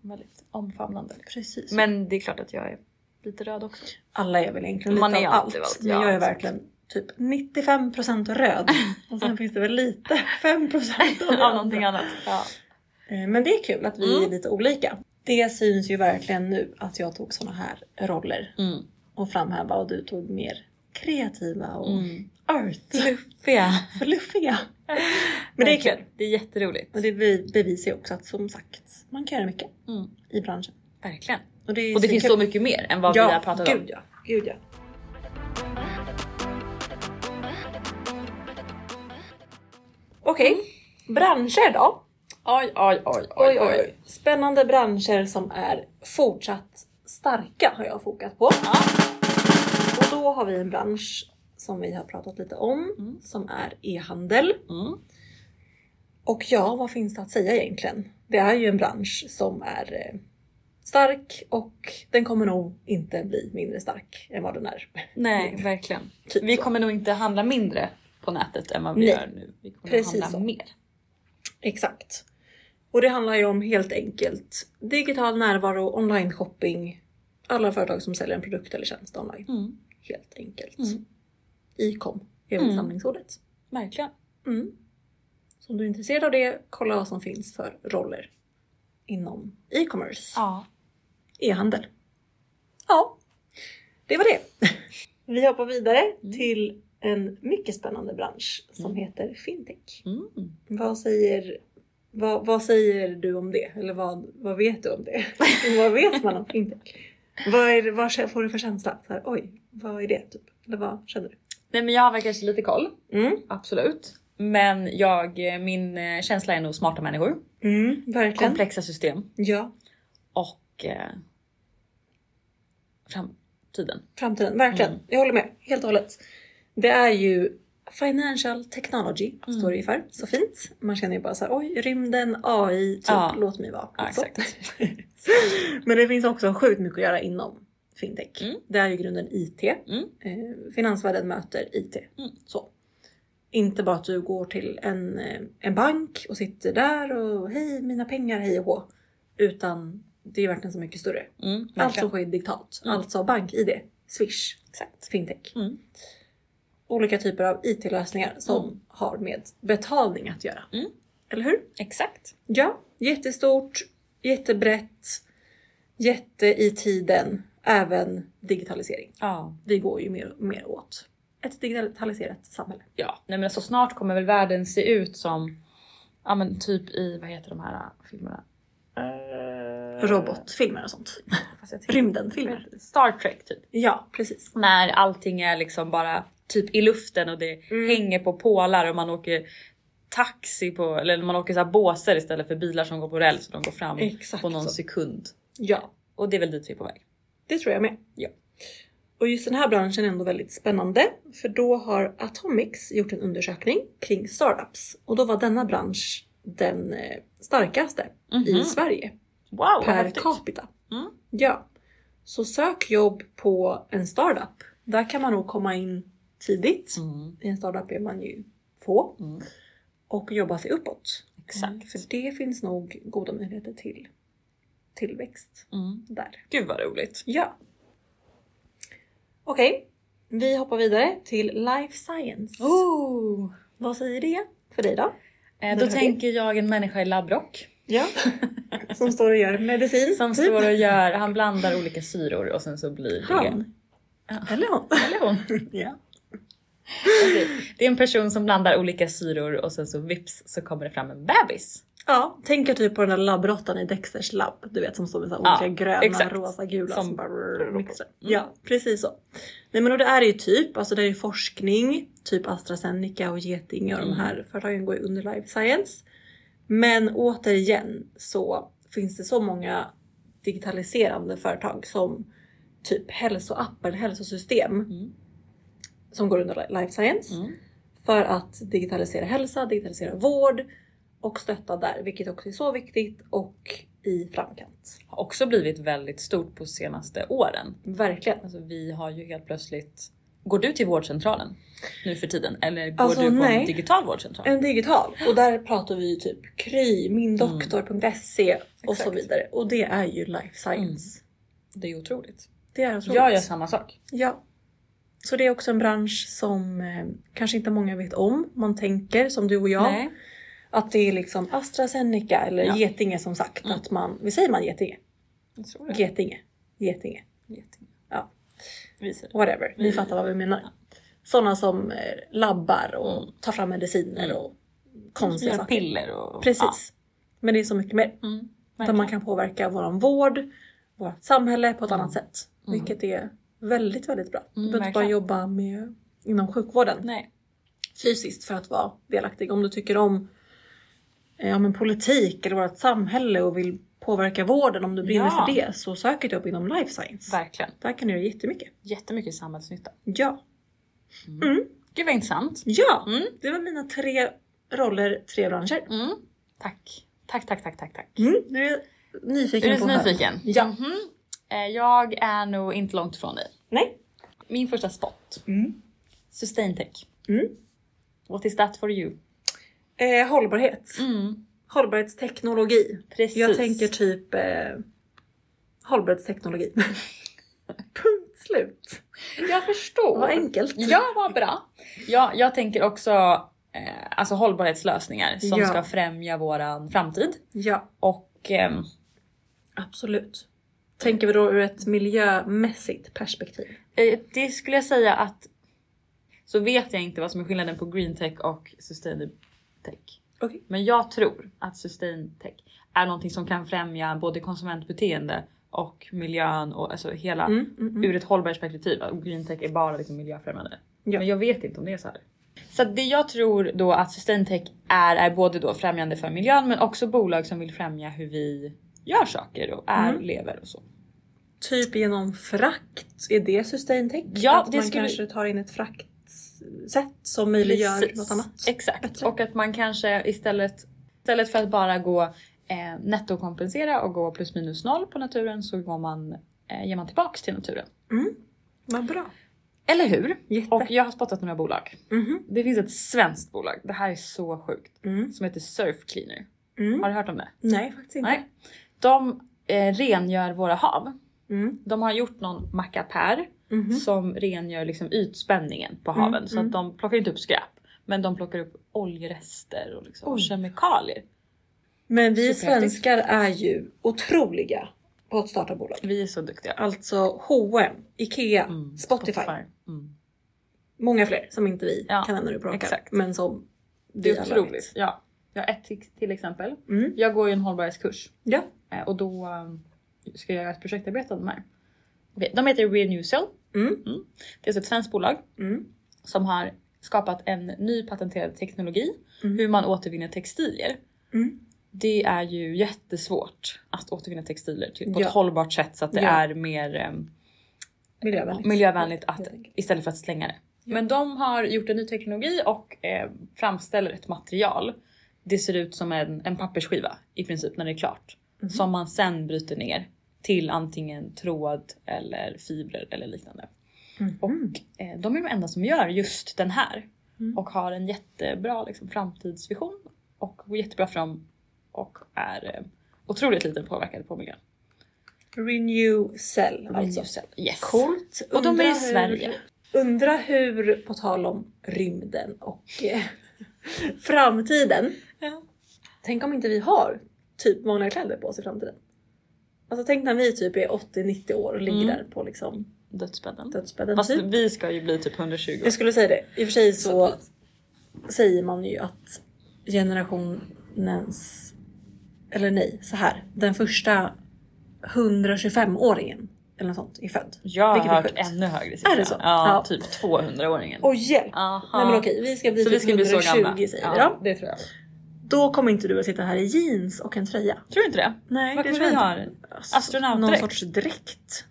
Speaker 3: Väldigt omfamnande.
Speaker 2: precis.
Speaker 3: Men det är klart att jag är lite röd också.
Speaker 2: alla är väl egentligen lite
Speaker 3: Man är
Speaker 2: av allt.
Speaker 3: alltid vad-
Speaker 2: men
Speaker 3: ja,
Speaker 2: jag är
Speaker 3: exakt.
Speaker 2: verkligen typ 95% röd. Och sen finns det väl lite 5% av
Speaker 3: Av någonting
Speaker 2: andra.
Speaker 3: annat. Ja.
Speaker 2: Eh, Men det är kul att vi
Speaker 3: Mm.
Speaker 2: är lite olika. Det syns ju verkligen nu att jag tog såna här roller
Speaker 3: Mm.
Speaker 2: och framhäva och du tog mer kreativa och
Speaker 3: Mm.
Speaker 2: earth,
Speaker 3: Fea.
Speaker 2: fluffiga. Men det är kul.
Speaker 3: Det är jätteroligt.
Speaker 2: Och det be- bevisar ju också att som sagt, man kan göra mycket
Speaker 3: Mm.
Speaker 2: i branschen.
Speaker 3: Verkligen.
Speaker 2: Och det, är
Speaker 3: Och det finns så
Speaker 2: kul.
Speaker 3: mycket mer än vad
Speaker 2: ja,
Speaker 3: vi har pratat om.
Speaker 2: gud Ja, gud ja. Okej, branscher då.
Speaker 3: Oj, oj, Mm. oj,
Speaker 2: Oj, oj, oj. Spännande branscher som är fortsatt starka har jag fokat på.
Speaker 3: Ja.
Speaker 2: Och då har vi en bransch som vi har pratat lite om
Speaker 3: Mm.
Speaker 2: som är e-handel.
Speaker 3: Mm.
Speaker 2: Och ja, vad finns det att säga egentligen? Det är ju en bransch som är eh, stark och den kommer nog inte bli mindre stark än vad den är.
Speaker 3: Nej, verkligen.
Speaker 2: Typ
Speaker 3: Vi
Speaker 2: så.
Speaker 3: kommer nog inte handla mindre på nätet än vad vi
Speaker 2: Nej.
Speaker 3: gör nu. Vi kommer nog
Speaker 2: Precis
Speaker 3: handla
Speaker 2: så.
Speaker 3: mer.
Speaker 2: Exakt. Och det handlar ju om helt enkelt digital närvaro, online shopping, alla företag som säljer en produkt eller tjänst online.
Speaker 3: Mm.
Speaker 2: Helt enkelt.
Speaker 3: Mm.
Speaker 2: Icom är väl
Speaker 3: Mm.
Speaker 2: samlingsordet.
Speaker 3: Verkligen.
Speaker 2: Mm. Så om du är intresserad av det, kolla vad som finns för roller inom e-commerce.
Speaker 3: Ja.
Speaker 2: E-handel. Ja, det var det. Vi hoppar vidare
Speaker 3: Mm.
Speaker 2: till en mycket spännande bransch som
Speaker 3: Mm.
Speaker 2: heter fintech.
Speaker 3: Mm.
Speaker 2: Vad säger, vad, vad säger du om det? Eller vad, vad vet du om det? vad vet man om fintech? Vad, är, det- vad kä- får du för känsla? Så här, Oj, vad är det? Typ? Eller vad känner du?
Speaker 3: Nej men jag har väl kanske lite koll.
Speaker 2: Mm,
Speaker 3: Absolut. Men jag, min eh, känsla är nog smarta människor.
Speaker 2: mm, verkligen.
Speaker 3: Komplexa system.
Speaker 2: Ja,
Speaker 3: Och eh, framtiden.
Speaker 2: framtiden. Verkligen.
Speaker 3: Mm.
Speaker 2: Jag håller med helt och hållet. Det är ju Financial Technology
Speaker 3: Mm.
Speaker 2: står det ju för. Så fint. Man känner ju bara så här, oj rymden, AI, typ
Speaker 3: Ja.
Speaker 2: låt mig vara.
Speaker 3: Ja,
Speaker 2: Alltså.
Speaker 3: exakt.
Speaker 2: Men det finns också sjukt mycket att göra inom fintech.
Speaker 3: Mm.
Speaker 2: Det är ju i grunden IT.
Speaker 3: Mm.
Speaker 2: Eh, finansvärlden möter IT.
Speaker 3: Mm.
Speaker 2: Så. Inte bara att du går till en, eh, en bank och sitter där och hej mina pengar, hej och hå. Utan det är verkligen så mycket större.
Speaker 3: Mm,
Speaker 2: Allt
Speaker 3: verkligen.
Speaker 2: som sker Alltså digitalt.
Speaker 3: Mm.
Speaker 2: Alltså bank-id, swish,
Speaker 3: Exakt.
Speaker 2: fintech.
Speaker 3: Mm.
Speaker 2: Olika typer av IT-lösningar som
Speaker 3: Mm.
Speaker 2: har med betalning att göra.
Speaker 3: Mm.
Speaker 2: Eller hur?
Speaker 3: Exakt.
Speaker 2: Ja, jättestort, jättebrett, jätte i tiden, även digitalisering.
Speaker 3: Ja.
Speaker 2: Vi går ju mer och mer åt ett digitaliserat samhälle.
Speaker 3: ja. Nej, men så snart kommer väl världen se ut som ja, men typ i vad heter de här äh, filmerna? Eh.
Speaker 2: Robotfilmer och sånt.
Speaker 3: Fast jag tänker-
Speaker 2: Rymdenfilmer.
Speaker 3: Star Trek typ.
Speaker 2: Ja, precis.
Speaker 3: När allting är liksom bara typ i luften och det
Speaker 2: Mm.
Speaker 3: hänger på pålar och man åker taxi på eller man åker så här båser istället för bilar som går på räls och de går fram
Speaker 2: Exakt
Speaker 3: på någon
Speaker 2: så.
Speaker 3: sekund.
Speaker 2: Ja,
Speaker 3: Och det är väl dit vi är på väg.
Speaker 2: det tror jag med.
Speaker 3: Ja.
Speaker 2: Och just den här branschen är ändå väldigt spännande för då har Atomics gjort en undersökning kring startups och då var denna bransch den eh, starkaste i
Speaker 3: Mhm.
Speaker 2: Sverige
Speaker 3: Wow, vad
Speaker 2: per
Speaker 3: häftigt.
Speaker 2: capita.
Speaker 3: Mm.
Speaker 2: Ja. Så sök jobb på en startup. Där kan man nog komma in tidigt.
Speaker 3: Mm.
Speaker 2: I en startup är man ju få
Speaker 3: Mm.
Speaker 2: och jobba sig uppåt.
Speaker 3: Exakt.
Speaker 2: För det finns nog goda möjligheter till tillväxt
Speaker 3: Mm.
Speaker 2: där.
Speaker 3: Gud vad roligt.
Speaker 2: Ja. Okej, vi hoppar vidare till Life Science.
Speaker 3: Oh.
Speaker 2: Vad säger det för dig då?
Speaker 3: Eh,
Speaker 2: Där
Speaker 3: då
Speaker 2: har vi.
Speaker 3: tänker jag en människa i labbrock.
Speaker 2: Ja. Som står och gör medicin.
Speaker 3: Som
Speaker 2: typ.
Speaker 3: står och gör, han blandar olika syror och sen så blir det...
Speaker 2: Han. Eller hon.
Speaker 3: Eller hon.
Speaker 2: Ja.
Speaker 3: Precis. Det är en person som blandar olika syror och sen så vips så kommer det fram en bebis.
Speaker 2: Ja, tänker typ på den där labbråttan i Dexters labb. Du vet som står med så här
Speaker 3: Ja,
Speaker 2: olika gröna,
Speaker 3: exakt.
Speaker 2: rosa, gula som,
Speaker 3: Som-
Speaker 2: bara mixar.
Speaker 3: Mm.
Speaker 2: Ja, precis så. Nej men och det är ju typ, alltså det är ju forskning, typ AstraZeneca och Getinge och
Speaker 3: Mm.
Speaker 2: de här företagen går ju under life science. Men återigen så finns det så många digitaliserande företag som typ hälsoappar, eller hälsosystem
Speaker 3: Mm.
Speaker 2: som går under life science
Speaker 3: Mm.
Speaker 2: för att digitalisera hälsa, digitalisera vård och stötta där, vilket också är så viktigt och i framkant.
Speaker 3: Har också blivit väldigt stort på senaste åren.
Speaker 2: Verkligen.
Speaker 3: Alltså vi har ju helt plötsligt... Går du till vårdcentralen nu för tiden? Eller går
Speaker 2: Alltså,
Speaker 3: du på
Speaker 2: nej.
Speaker 3: en digital vårdcentral?
Speaker 2: En digital och där pratar vi ju typ Kry, mindoktor.se och så
Speaker 3: Exakt. Mm.
Speaker 2: vidare och det är ju life science.
Speaker 3: Det är otroligt.
Speaker 2: Det är otroligt.
Speaker 3: Jag gör samma sak.
Speaker 2: Ja. Så det är också en bransch som eh, kanske inte många vet om. Man tänker som du och jag
Speaker 3: Nej.
Speaker 2: att det är liksom AstraZeneca eller
Speaker 3: Ja.
Speaker 2: Getinge som sagt
Speaker 3: Mm.
Speaker 2: att man, vi säger man Getinge?
Speaker 3: Jag tror det.
Speaker 2: Getinge. Getinge.
Speaker 3: Jätte-
Speaker 2: Ja.
Speaker 3: Visar det.
Speaker 2: whatever, ni
Speaker 3: Mm.
Speaker 2: fattar vad vi menar. Sådana som eh, labbar och
Speaker 3: Mm.
Speaker 2: tar fram mediciner
Speaker 3: Mm.
Speaker 2: och konstiga
Speaker 3: Gör
Speaker 2: saker.
Speaker 3: piller och...
Speaker 2: Precis. Men det är så mycket mer.
Speaker 3: Ja. Mm.
Speaker 2: Där man kan påverka vår vård, vårt samhälle på ett
Speaker 3: Mm.
Speaker 2: annat sätt.
Speaker 3: Mm.
Speaker 2: Vilket är väldigt, väldigt bra. Du
Speaker 3: Mm,
Speaker 2: behöver inte bara
Speaker 3: verkligen.
Speaker 2: jobba med, inom sjukvården
Speaker 3: Nej.
Speaker 2: fysiskt för att vara delaktig. Om du tycker om eh, om en politik eller vårt samhälle och vill påverka vården, om du brinner
Speaker 3: Ja.
Speaker 2: för det, så sök ett jobb inom life science.
Speaker 3: Verkligen.
Speaker 2: Där kan du göra jättemycket.
Speaker 3: Jättemycket samhällsnytta.
Speaker 2: Ja.
Speaker 3: Mm.
Speaker 2: Mm.
Speaker 3: Gud vad intressant.
Speaker 2: Ja!
Speaker 3: Mm.
Speaker 2: Det var mina tre roller, tre branscher.
Speaker 3: Mm. Tack. Tack, tack, tack, tack, tack.
Speaker 2: Mm. Nu är jag nyfiken
Speaker 3: Är du
Speaker 2: på
Speaker 3: så
Speaker 2: att höra.
Speaker 3: nyfiken?
Speaker 2: Ja.
Speaker 3: Mhm. Eh, Jag är nog inte långt ifrån dig.
Speaker 2: Nej.
Speaker 3: Min första spot.
Speaker 2: Mm.
Speaker 3: Sustaintech.
Speaker 2: Mm.
Speaker 3: What is that for you?
Speaker 2: Eh, hållbarhet.
Speaker 3: Mm.
Speaker 2: Hållbarhetsteknologi.
Speaker 3: Precis.
Speaker 2: Jag tänker typ eh, hållbarhetsteknologi. Punkt slut.
Speaker 3: Jag förstår.
Speaker 2: Vad enkelt.
Speaker 3: Ja, vad bra. Ja, jag tänker också eh, alltså hållbarhetslösningar som
Speaker 2: Ja.
Speaker 3: ska främja våran framtid.
Speaker 2: Ja,
Speaker 3: Och ehm,
Speaker 2: absolut. Tänker vi då ur ett miljömässigt perspektiv?
Speaker 3: eh, det skulle jag säga att så vet jag inte vad som är skillnaden på green tech och sustainable tech.
Speaker 2: Okej.
Speaker 3: Men jag tror att sustaintech är någonting som kan främja både konsumentbeteende och miljön och alltså hela
Speaker 2: Mm, mm, mm.
Speaker 3: ur ett hållbarhetsperspektiv. Och green tech är bara liksom miljöfrämjande.
Speaker 2: Ja.
Speaker 3: Men jag vet inte om det är så här. Så att det jag tror då att sustaintech är, är både då främjande för miljön men också bolag som vill främja hur vi gör saker och är,
Speaker 2: Mm.
Speaker 3: lever och så.
Speaker 2: Typ genom frakt, är det sustaintech?
Speaker 3: Ja,
Speaker 2: att
Speaker 3: det
Speaker 2: man
Speaker 3: skulle-
Speaker 2: kanske tar in ett fraktsätt som möjliggör
Speaker 3: Precis.
Speaker 2: något annat?
Speaker 3: Exakt.
Speaker 2: Bättre.
Speaker 3: Och att man kanske istället, istället för att bara gå eh, nettokompensera och gå plus minus noll på naturen så går man, eh, ger man tillbaks till naturen.
Speaker 2: Vad bra.
Speaker 3: Eller hur?
Speaker 2: Jätte.
Speaker 3: Och jag har spottat några bolag.
Speaker 2: Mhm.
Speaker 3: Det finns ett svenskt bolag, det här är så sjukt,
Speaker 2: Mm.
Speaker 3: som heter Surf Cleaner.
Speaker 2: Mm.
Speaker 3: Har du hört om det?
Speaker 2: Nej, faktiskt inte.
Speaker 3: mhm, Nej. De eh, rengör våra hav.
Speaker 2: Mm.
Speaker 3: De har gjort någon mackapär
Speaker 2: Mhm.
Speaker 3: som rengör liksom ytspänningen på
Speaker 2: Mm,
Speaker 3: haven så
Speaker 2: mm.
Speaker 3: att de plockar inte upp skräp. Men de plockar upp oljerester och liksom,
Speaker 2: Oj.
Speaker 3: kemikalier.
Speaker 2: Men vi
Speaker 3: Så praktiskt.
Speaker 2: svenskar är ju otroliga på att starta bolag.
Speaker 3: Vi är så duktiga.
Speaker 2: Alltså H&M, IKEA,
Speaker 3: Mm,
Speaker 2: Spotify.
Speaker 3: Mm.
Speaker 2: Många fler som inte vi
Speaker 3: Ja,
Speaker 2: kan nämna nu på rak arm,
Speaker 3: exakt.
Speaker 2: Men som
Speaker 3: Det
Speaker 2: vi
Speaker 3: är
Speaker 2: alla
Speaker 3: otroligt. Ja. Jag har ett till, till exempel.
Speaker 2: vet. Mm.
Speaker 3: Jag går ju en hållbarhetskurs
Speaker 2: Ja.
Speaker 3: eh, och då eh, ska jag göra ett projektarbete om de här. Okej, de heter Renewcell.
Speaker 2: Mm.
Speaker 3: Det är alltså ett svenskt bolag
Speaker 2: Mm.
Speaker 3: som har skapat en ny patenterad teknologi
Speaker 2: Mm.
Speaker 3: hur man återvinner textilier.
Speaker 2: Mm.
Speaker 3: Det är ju jättesvårt att återvinna textilier till, på
Speaker 2: Ja.
Speaker 3: ett hållbart sätt så att det
Speaker 2: Ja.
Speaker 3: är mer ehm, em,
Speaker 2: Miljövänligt.
Speaker 3: miljövänligt att,
Speaker 2: Helt enkelt.
Speaker 3: istället för att slänga det.
Speaker 2: Ja.
Speaker 3: Men de har gjort en ny teknologi och eh, framställer ett material. Det ser ut som en, en pappersskiva i princip när det är klart.
Speaker 2: Mhm.
Speaker 3: Som man sen bryter ner till antingen tråd eller fibrer eller liknande.
Speaker 2: Mm.
Speaker 3: Eh, De är de enda som gör just den här.
Speaker 2: Mm.
Speaker 3: Och har en jättebra liksom, framtidsvision. Och går jättebra fram. Och är eh, otroligt liten påverkad på miljön.
Speaker 2: Renew Cell alltså.
Speaker 3: Alltså. Yes.
Speaker 2: Coolt.
Speaker 3: Och de är i
Speaker 2: Undrar hur-
Speaker 3: Sverige.
Speaker 2: Undra hur, på tal om rymden och eh, framtiden.
Speaker 3: Ja.
Speaker 2: Tänk om inte vi har typ vanliga kläder på oss i framtiden. Alltså tänk när vi typ är 80-90 år och ligger
Speaker 3: Mm.
Speaker 2: där på liksom
Speaker 3: Dödsbädden.
Speaker 2: dödsbädden
Speaker 3: Fast
Speaker 2: typ.
Speaker 3: vi ska ju bli typ 120 år.
Speaker 2: Jag skulle säga det. I och för sig så säger man ju att generationens, eller nej, så här. Den första 125-åringen eller något sånt är född.
Speaker 3: Jag har
Speaker 2: Vilket är
Speaker 3: hört
Speaker 2: sjukt.
Speaker 3: ännu högre siffror.
Speaker 2: Är det så?
Speaker 3: Ja,
Speaker 2: Ja.
Speaker 3: typ 200-åringen.
Speaker 2: Och hjälp!
Speaker 3: Aha.
Speaker 2: Nej men okej, vi ska bli
Speaker 3: Så
Speaker 2: typ
Speaker 3: vi ska bli så
Speaker 2: 120
Speaker 3: gamla.
Speaker 2: säger vi då.
Speaker 3: det tror jag.
Speaker 2: Då kommer inte du att sitta här i jeans och en tröja.
Speaker 3: Tror du inte det?
Speaker 2: Nej,
Speaker 3: Vad
Speaker 2: det
Speaker 3: kommer
Speaker 2: tror
Speaker 3: vi
Speaker 2: jag
Speaker 3: ha?
Speaker 2: inte. Alltså, Någon
Speaker 3: Astronautdräkt?
Speaker 2: sorts dräkt.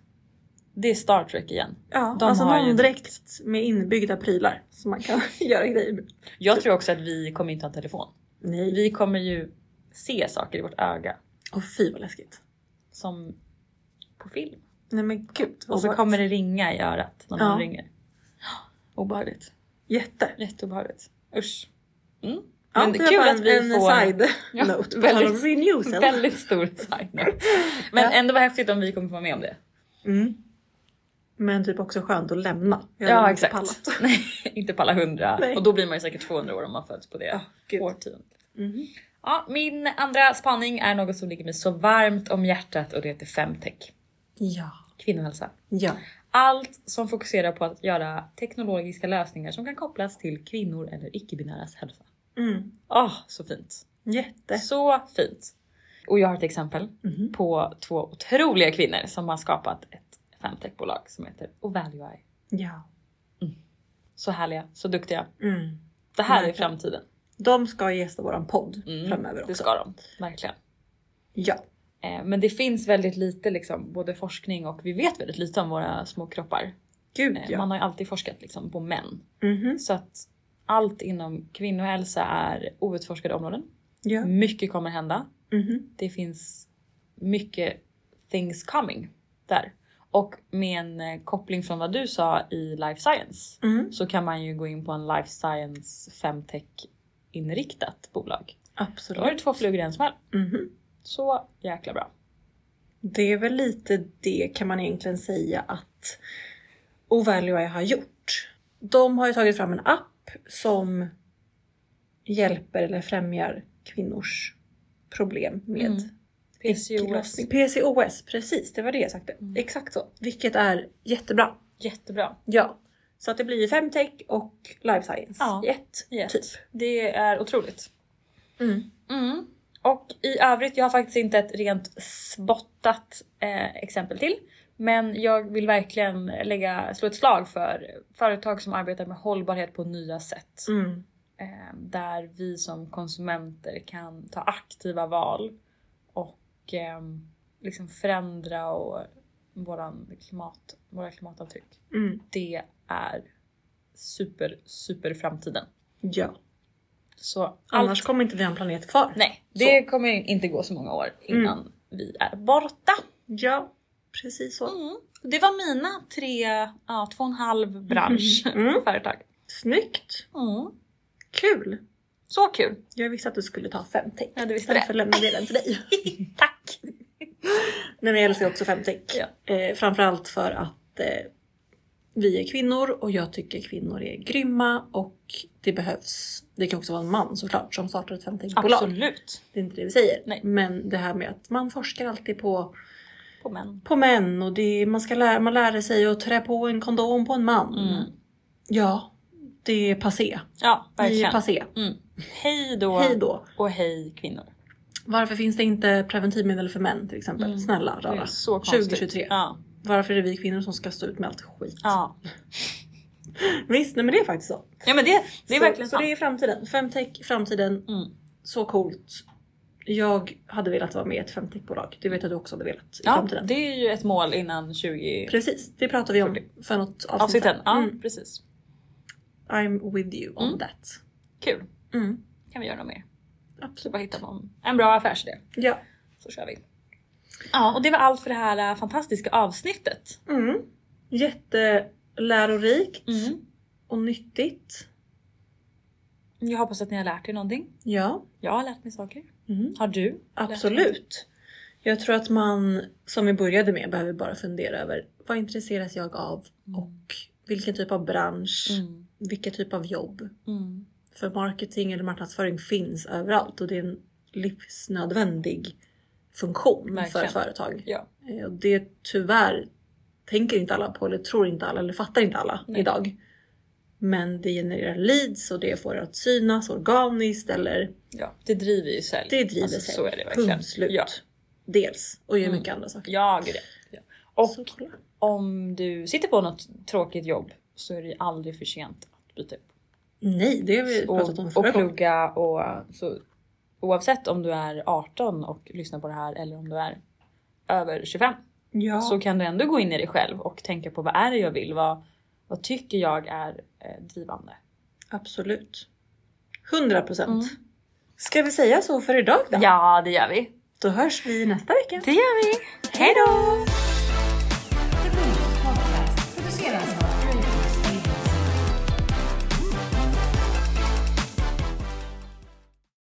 Speaker 3: Det är Star Trek igen.
Speaker 2: Ja,
Speaker 3: De
Speaker 2: alltså
Speaker 3: har ju
Speaker 2: någon
Speaker 3: en
Speaker 2: dräkt med inbyggda prylar som man kan göra grejer med.
Speaker 3: Jag tror också att vi kommer inte ha telefon.
Speaker 2: Nej.
Speaker 3: Vi kommer ju se saker i vårt öga.
Speaker 2: Och fy vad läskigt.
Speaker 3: Som på film.
Speaker 2: Nej men gud. vad
Speaker 3: Och så
Speaker 2: obehagligt.
Speaker 3: kommer det ringa i örat när någon
Speaker 2: Ja.
Speaker 3: ringer. Obehagligt.
Speaker 2: Jätte.
Speaker 3: Jätteobehagligt. Usch. Mm.
Speaker 2: Ja,
Speaker 3: Men
Speaker 2: det
Speaker 3: kul
Speaker 2: var bara
Speaker 3: att vi
Speaker 2: en
Speaker 3: får-
Speaker 2: side
Speaker 3: Ja,
Speaker 2: note. På tal om
Speaker 3: väldigt-
Speaker 2: renewsen.
Speaker 3: Väldigt stor side note. Men
Speaker 2: Ja.
Speaker 3: ändå var häftigt om vi kommer få vara med om det.
Speaker 2: Mm. Men typ också skönt att lämna. Jag hade
Speaker 3: Ja
Speaker 2: inte
Speaker 3: exakt.
Speaker 2: pallat.
Speaker 3: Nej, inte på alla hundra.
Speaker 2: Nej.
Speaker 3: Och då blir man ju säkert 200 år om man föds på det
Speaker 2: Ja, gud.
Speaker 3: årtiondet.
Speaker 2: Mhm.
Speaker 3: Ja, min andra spaning är något som ligger mig så varmt om hjärtat och det heter femtech.
Speaker 2: Ja.
Speaker 3: Kvinnohälsa.
Speaker 2: Ja.
Speaker 3: Allt som fokuserar på att göra teknologiska lösningar som kan kopplas till kvinnor eller icke-binäras hälsa.
Speaker 2: Mm.
Speaker 3: Åh, så fint!
Speaker 2: Jätte.
Speaker 3: Så fint! Och jag har ett exempel
Speaker 2: Mhm.
Speaker 3: på två otroliga kvinnor som har skapat ett femtechbolag som heter Ovalueye.
Speaker 2: Ja.
Speaker 3: Så härliga, så duktiga.
Speaker 2: Mm.
Speaker 3: Det här är
Speaker 2: Verkligen.
Speaker 3: framtiden.
Speaker 2: De ska gästa våran podd
Speaker 3: Mm,
Speaker 2: framöver också.
Speaker 3: Det ska de, verkligen.
Speaker 2: Ja.
Speaker 3: Eh, Men det finns väldigt lite liksom, både forskning och vi vet väldigt lite om våra små kroppar.
Speaker 2: Gud
Speaker 3: Eh,
Speaker 2: ja.
Speaker 3: Man har ju alltid forskat liksom, på män.
Speaker 2: Mhm.
Speaker 3: Så att allt inom kvinnohälsa är outforskade områden.
Speaker 2: Ja.
Speaker 3: Mycket kommer hända.
Speaker 2: Mhm.
Speaker 3: Det finns mycket things coming där. Och med en eh, koppling från vad du sa i life science
Speaker 2: Mm.
Speaker 3: så kan man ju gå in på en life science femtech inriktat bolag. Då är
Speaker 2: Absolut.
Speaker 3: det två flugor i en smäll.
Speaker 2: Mhm.
Speaker 3: Så jäkla bra.
Speaker 2: Det är väl lite det kan man egentligen säga att Ovalueye har gjort. De har ju tagit fram en app som hjälper eller främjar kvinnors problem med
Speaker 3: Mm.
Speaker 2: äcklösning.
Speaker 3: PCOS.
Speaker 2: PCOS, precis det var det jag sagde.
Speaker 3: Mm.
Speaker 2: Exakt så. Vilket är jättebra.
Speaker 3: Jättebra.
Speaker 2: Ja. Så att det blir femtech och life science
Speaker 3: Ja.
Speaker 2: i ett.
Speaker 3: i ett.
Speaker 2: Typ.
Speaker 3: Det är otroligt.
Speaker 2: Mm.
Speaker 3: Mm. Och i övrigt, jag har faktiskt inte ett rent spottat eh, exempel till. Men jag vill verkligen lägga, slå ett slag för företag som arbetar med hållbarhet på nya sätt.
Speaker 2: Mm.
Speaker 3: Eh, där vi som konsumenter kan ta aktiva val och eh, liksom förändra och våran klimat, våra klimatavtryck.
Speaker 2: Mm.
Speaker 3: Det är super, super framtiden.
Speaker 2: Ja.
Speaker 3: Så allt
Speaker 2: Annars kommer inte vi ha en planet kvar.
Speaker 3: Nej, det kommer inte gå så många år innan vi är borta.
Speaker 2: Ja, precis
Speaker 3: Mm.
Speaker 2: så.
Speaker 3: Det var mina tre, ja två och en halv bransch
Speaker 2: Mm.
Speaker 3: och företag.
Speaker 2: Snyggt!
Speaker 3: Mm.
Speaker 2: Kul!
Speaker 3: Så kul!
Speaker 2: Jag visste att du skulle ta femtech.
Speaker 3: Ja, du visste
Speaker 2: Därför lämnade jag den till dig.
Speaker 3: Tack!
Speaker 2: Nej, men jag älskar också femtech.
Speaker 3: Ja.
Speaker 2: Eh, framförallt för att eh, vi är kvinnor och jag tycker kvinnor är grymma och det behövs. Det kan också vara en man såklart som startar ett femtechbolag.
Speaker 3: Absolut!
Speaker 2: Det är inte det vi säger.
Speaker 3: Nej.
Speaker 2: Men det här med att man forskar alltid på,
Speaker 3: På män.
Speaker 2: på män och det, man, ska lära, man lär sig att trä på en kondom på en man.
Speaker 3: Mm.
Speaker 2: Ja, det är passé.
Speaker 3: Ja,
Speaker 2: Vi är
Speaker 3: verkligen.
Speaker 2: passé.
Speaker 3: Mm. Hej då
Speaker 2: Hej då.
Speaker 3: och hej kvinnor.
Speaker 2: Varför finns det inte preventivmedel för män till exempel?
Speaker 3: Mm.
Speaker 2: Snälla
Speaker 3: Det är
Speaker 2: rara.
Speaker 3: så konstigt.
Speaker 2: 2023.
Speaker 3: Ja.
Speaker 2: Varför är det vi kvinnor som ska stå ut med allt skit?
Speaker 3: Ja.
Speaker 2: Visst, nej men det är faktiskt så.
Speaker 3: ja men det, det är
Speaker 2: så,
Speaker 3: verkligen
Speaker 2: Så
Speaker 3: sant.
Speaker 2: det är framtiden. Femtech, framtiden.
Speaker 3: Mm.
Speaker 2: Så coolt. Jag hade velat vara med i ett femtechbolag. Det vet jag att du också hade velat i
Speaker 3: Ja,
Speaker 2: framtiden.
Speaker 3: det är ju ett mål innan 20
Speaker 2: Precis, det pratade vi om för något avsnitt
Speaker 3: avsnitten.
Speaker 2: sedan.
Speaker 3: Ja,
Speaker 2: Mm.
Speaker 3: precis.
Speaker 2: I'm with you on
Speaker 3: Mm.
Speaker 2: that.
Speaker 3: Kul!
Speaker 2: Mm.
Speaker 3: Kan vi göra något mer? Så
Speaker 2: Absolut.
Speaker 3: bara hitta någon, en bra affärsidé.
Speaker 2: Ja.
Speaker 3: så kör vi. äh, Ja, och det var allt för det här eh, fantastiska avsnittet.
Speaker 2: Mm. Jätte lärorikt
Speaker 3: Mm.
Speaker 2: och nyttigt.
Speaker 3: Jag hoppas att ni har lärt er någonting.
Speaker 2: Ja,
Speaker 3: Jag har lärt mig saker.
Speaker 2: Mm.
Speaker 3: Har du? lärt dig någonting?
Speaker 2: absolut. Jag tror att man, som vi började med, behöver bara fundera över vad intresseras jag av och vilken typ av bransch,
Speaker 3: Mm.
Speaker 2: vilka typ av jobb.
Speaker 3: Mm.
Speaker 2: För marketing eller marknadsföring finns överallt och det är en livsnödvändig funktion
Speaker 3: Verkligen.
Speaker 2: för företag.
Speaker 3: Ja.
Speaker 2: Eh, Och det tyvärr tänker inte alla på eller tror inte alla eller fattar inte alla
Speaker 3: Nej.
Speaker 2: idag. Men det genererar leads och det får att synas organiskt eller
Speaker 3: ja. Det driver ju sälj.
Speaker 2: det driver
Speaker 3: alltså,
Speaker 2: sig.
Speaker 3: Så är det verkligen.
Speaker 2: Punkt slut.
Speaker 3: Ja.
Speaker 2: Dels och gör
Speaker 3: Mm.
Speaker 2: mycket andra saker.
Speaker 3: ja, gud ja. ja. Och
Speaker 2: Så kolla.
Speaker 3: om du sitter på något tråkigt jobb så är det ju aldrig för sent att byta upp.
Speaker 2: Nej, det har vi pratat om
Speaker 3: Och, och
Speaker 2: förra gången.
Speaker 3: plugga och så oavsett om du är 18 och lyssnar på det här eller om du är över 25
Speaker 2: Ja.
Speaker 3: så kan du ändå gå in i dig själv och tänka på vad är det jag vill? Vad, vad tycker jag är eh, drivande?
Speaker 2: Absolut. 100 procent.
Speaker 3: Mm.
Speaker 2: Ska vi säga så för idag då?
Speaker 3: Ja, det gör vi.
Speaker 2: Då hörs vi nästa vecka.
Speaker 3: Det gör vi. Hej då!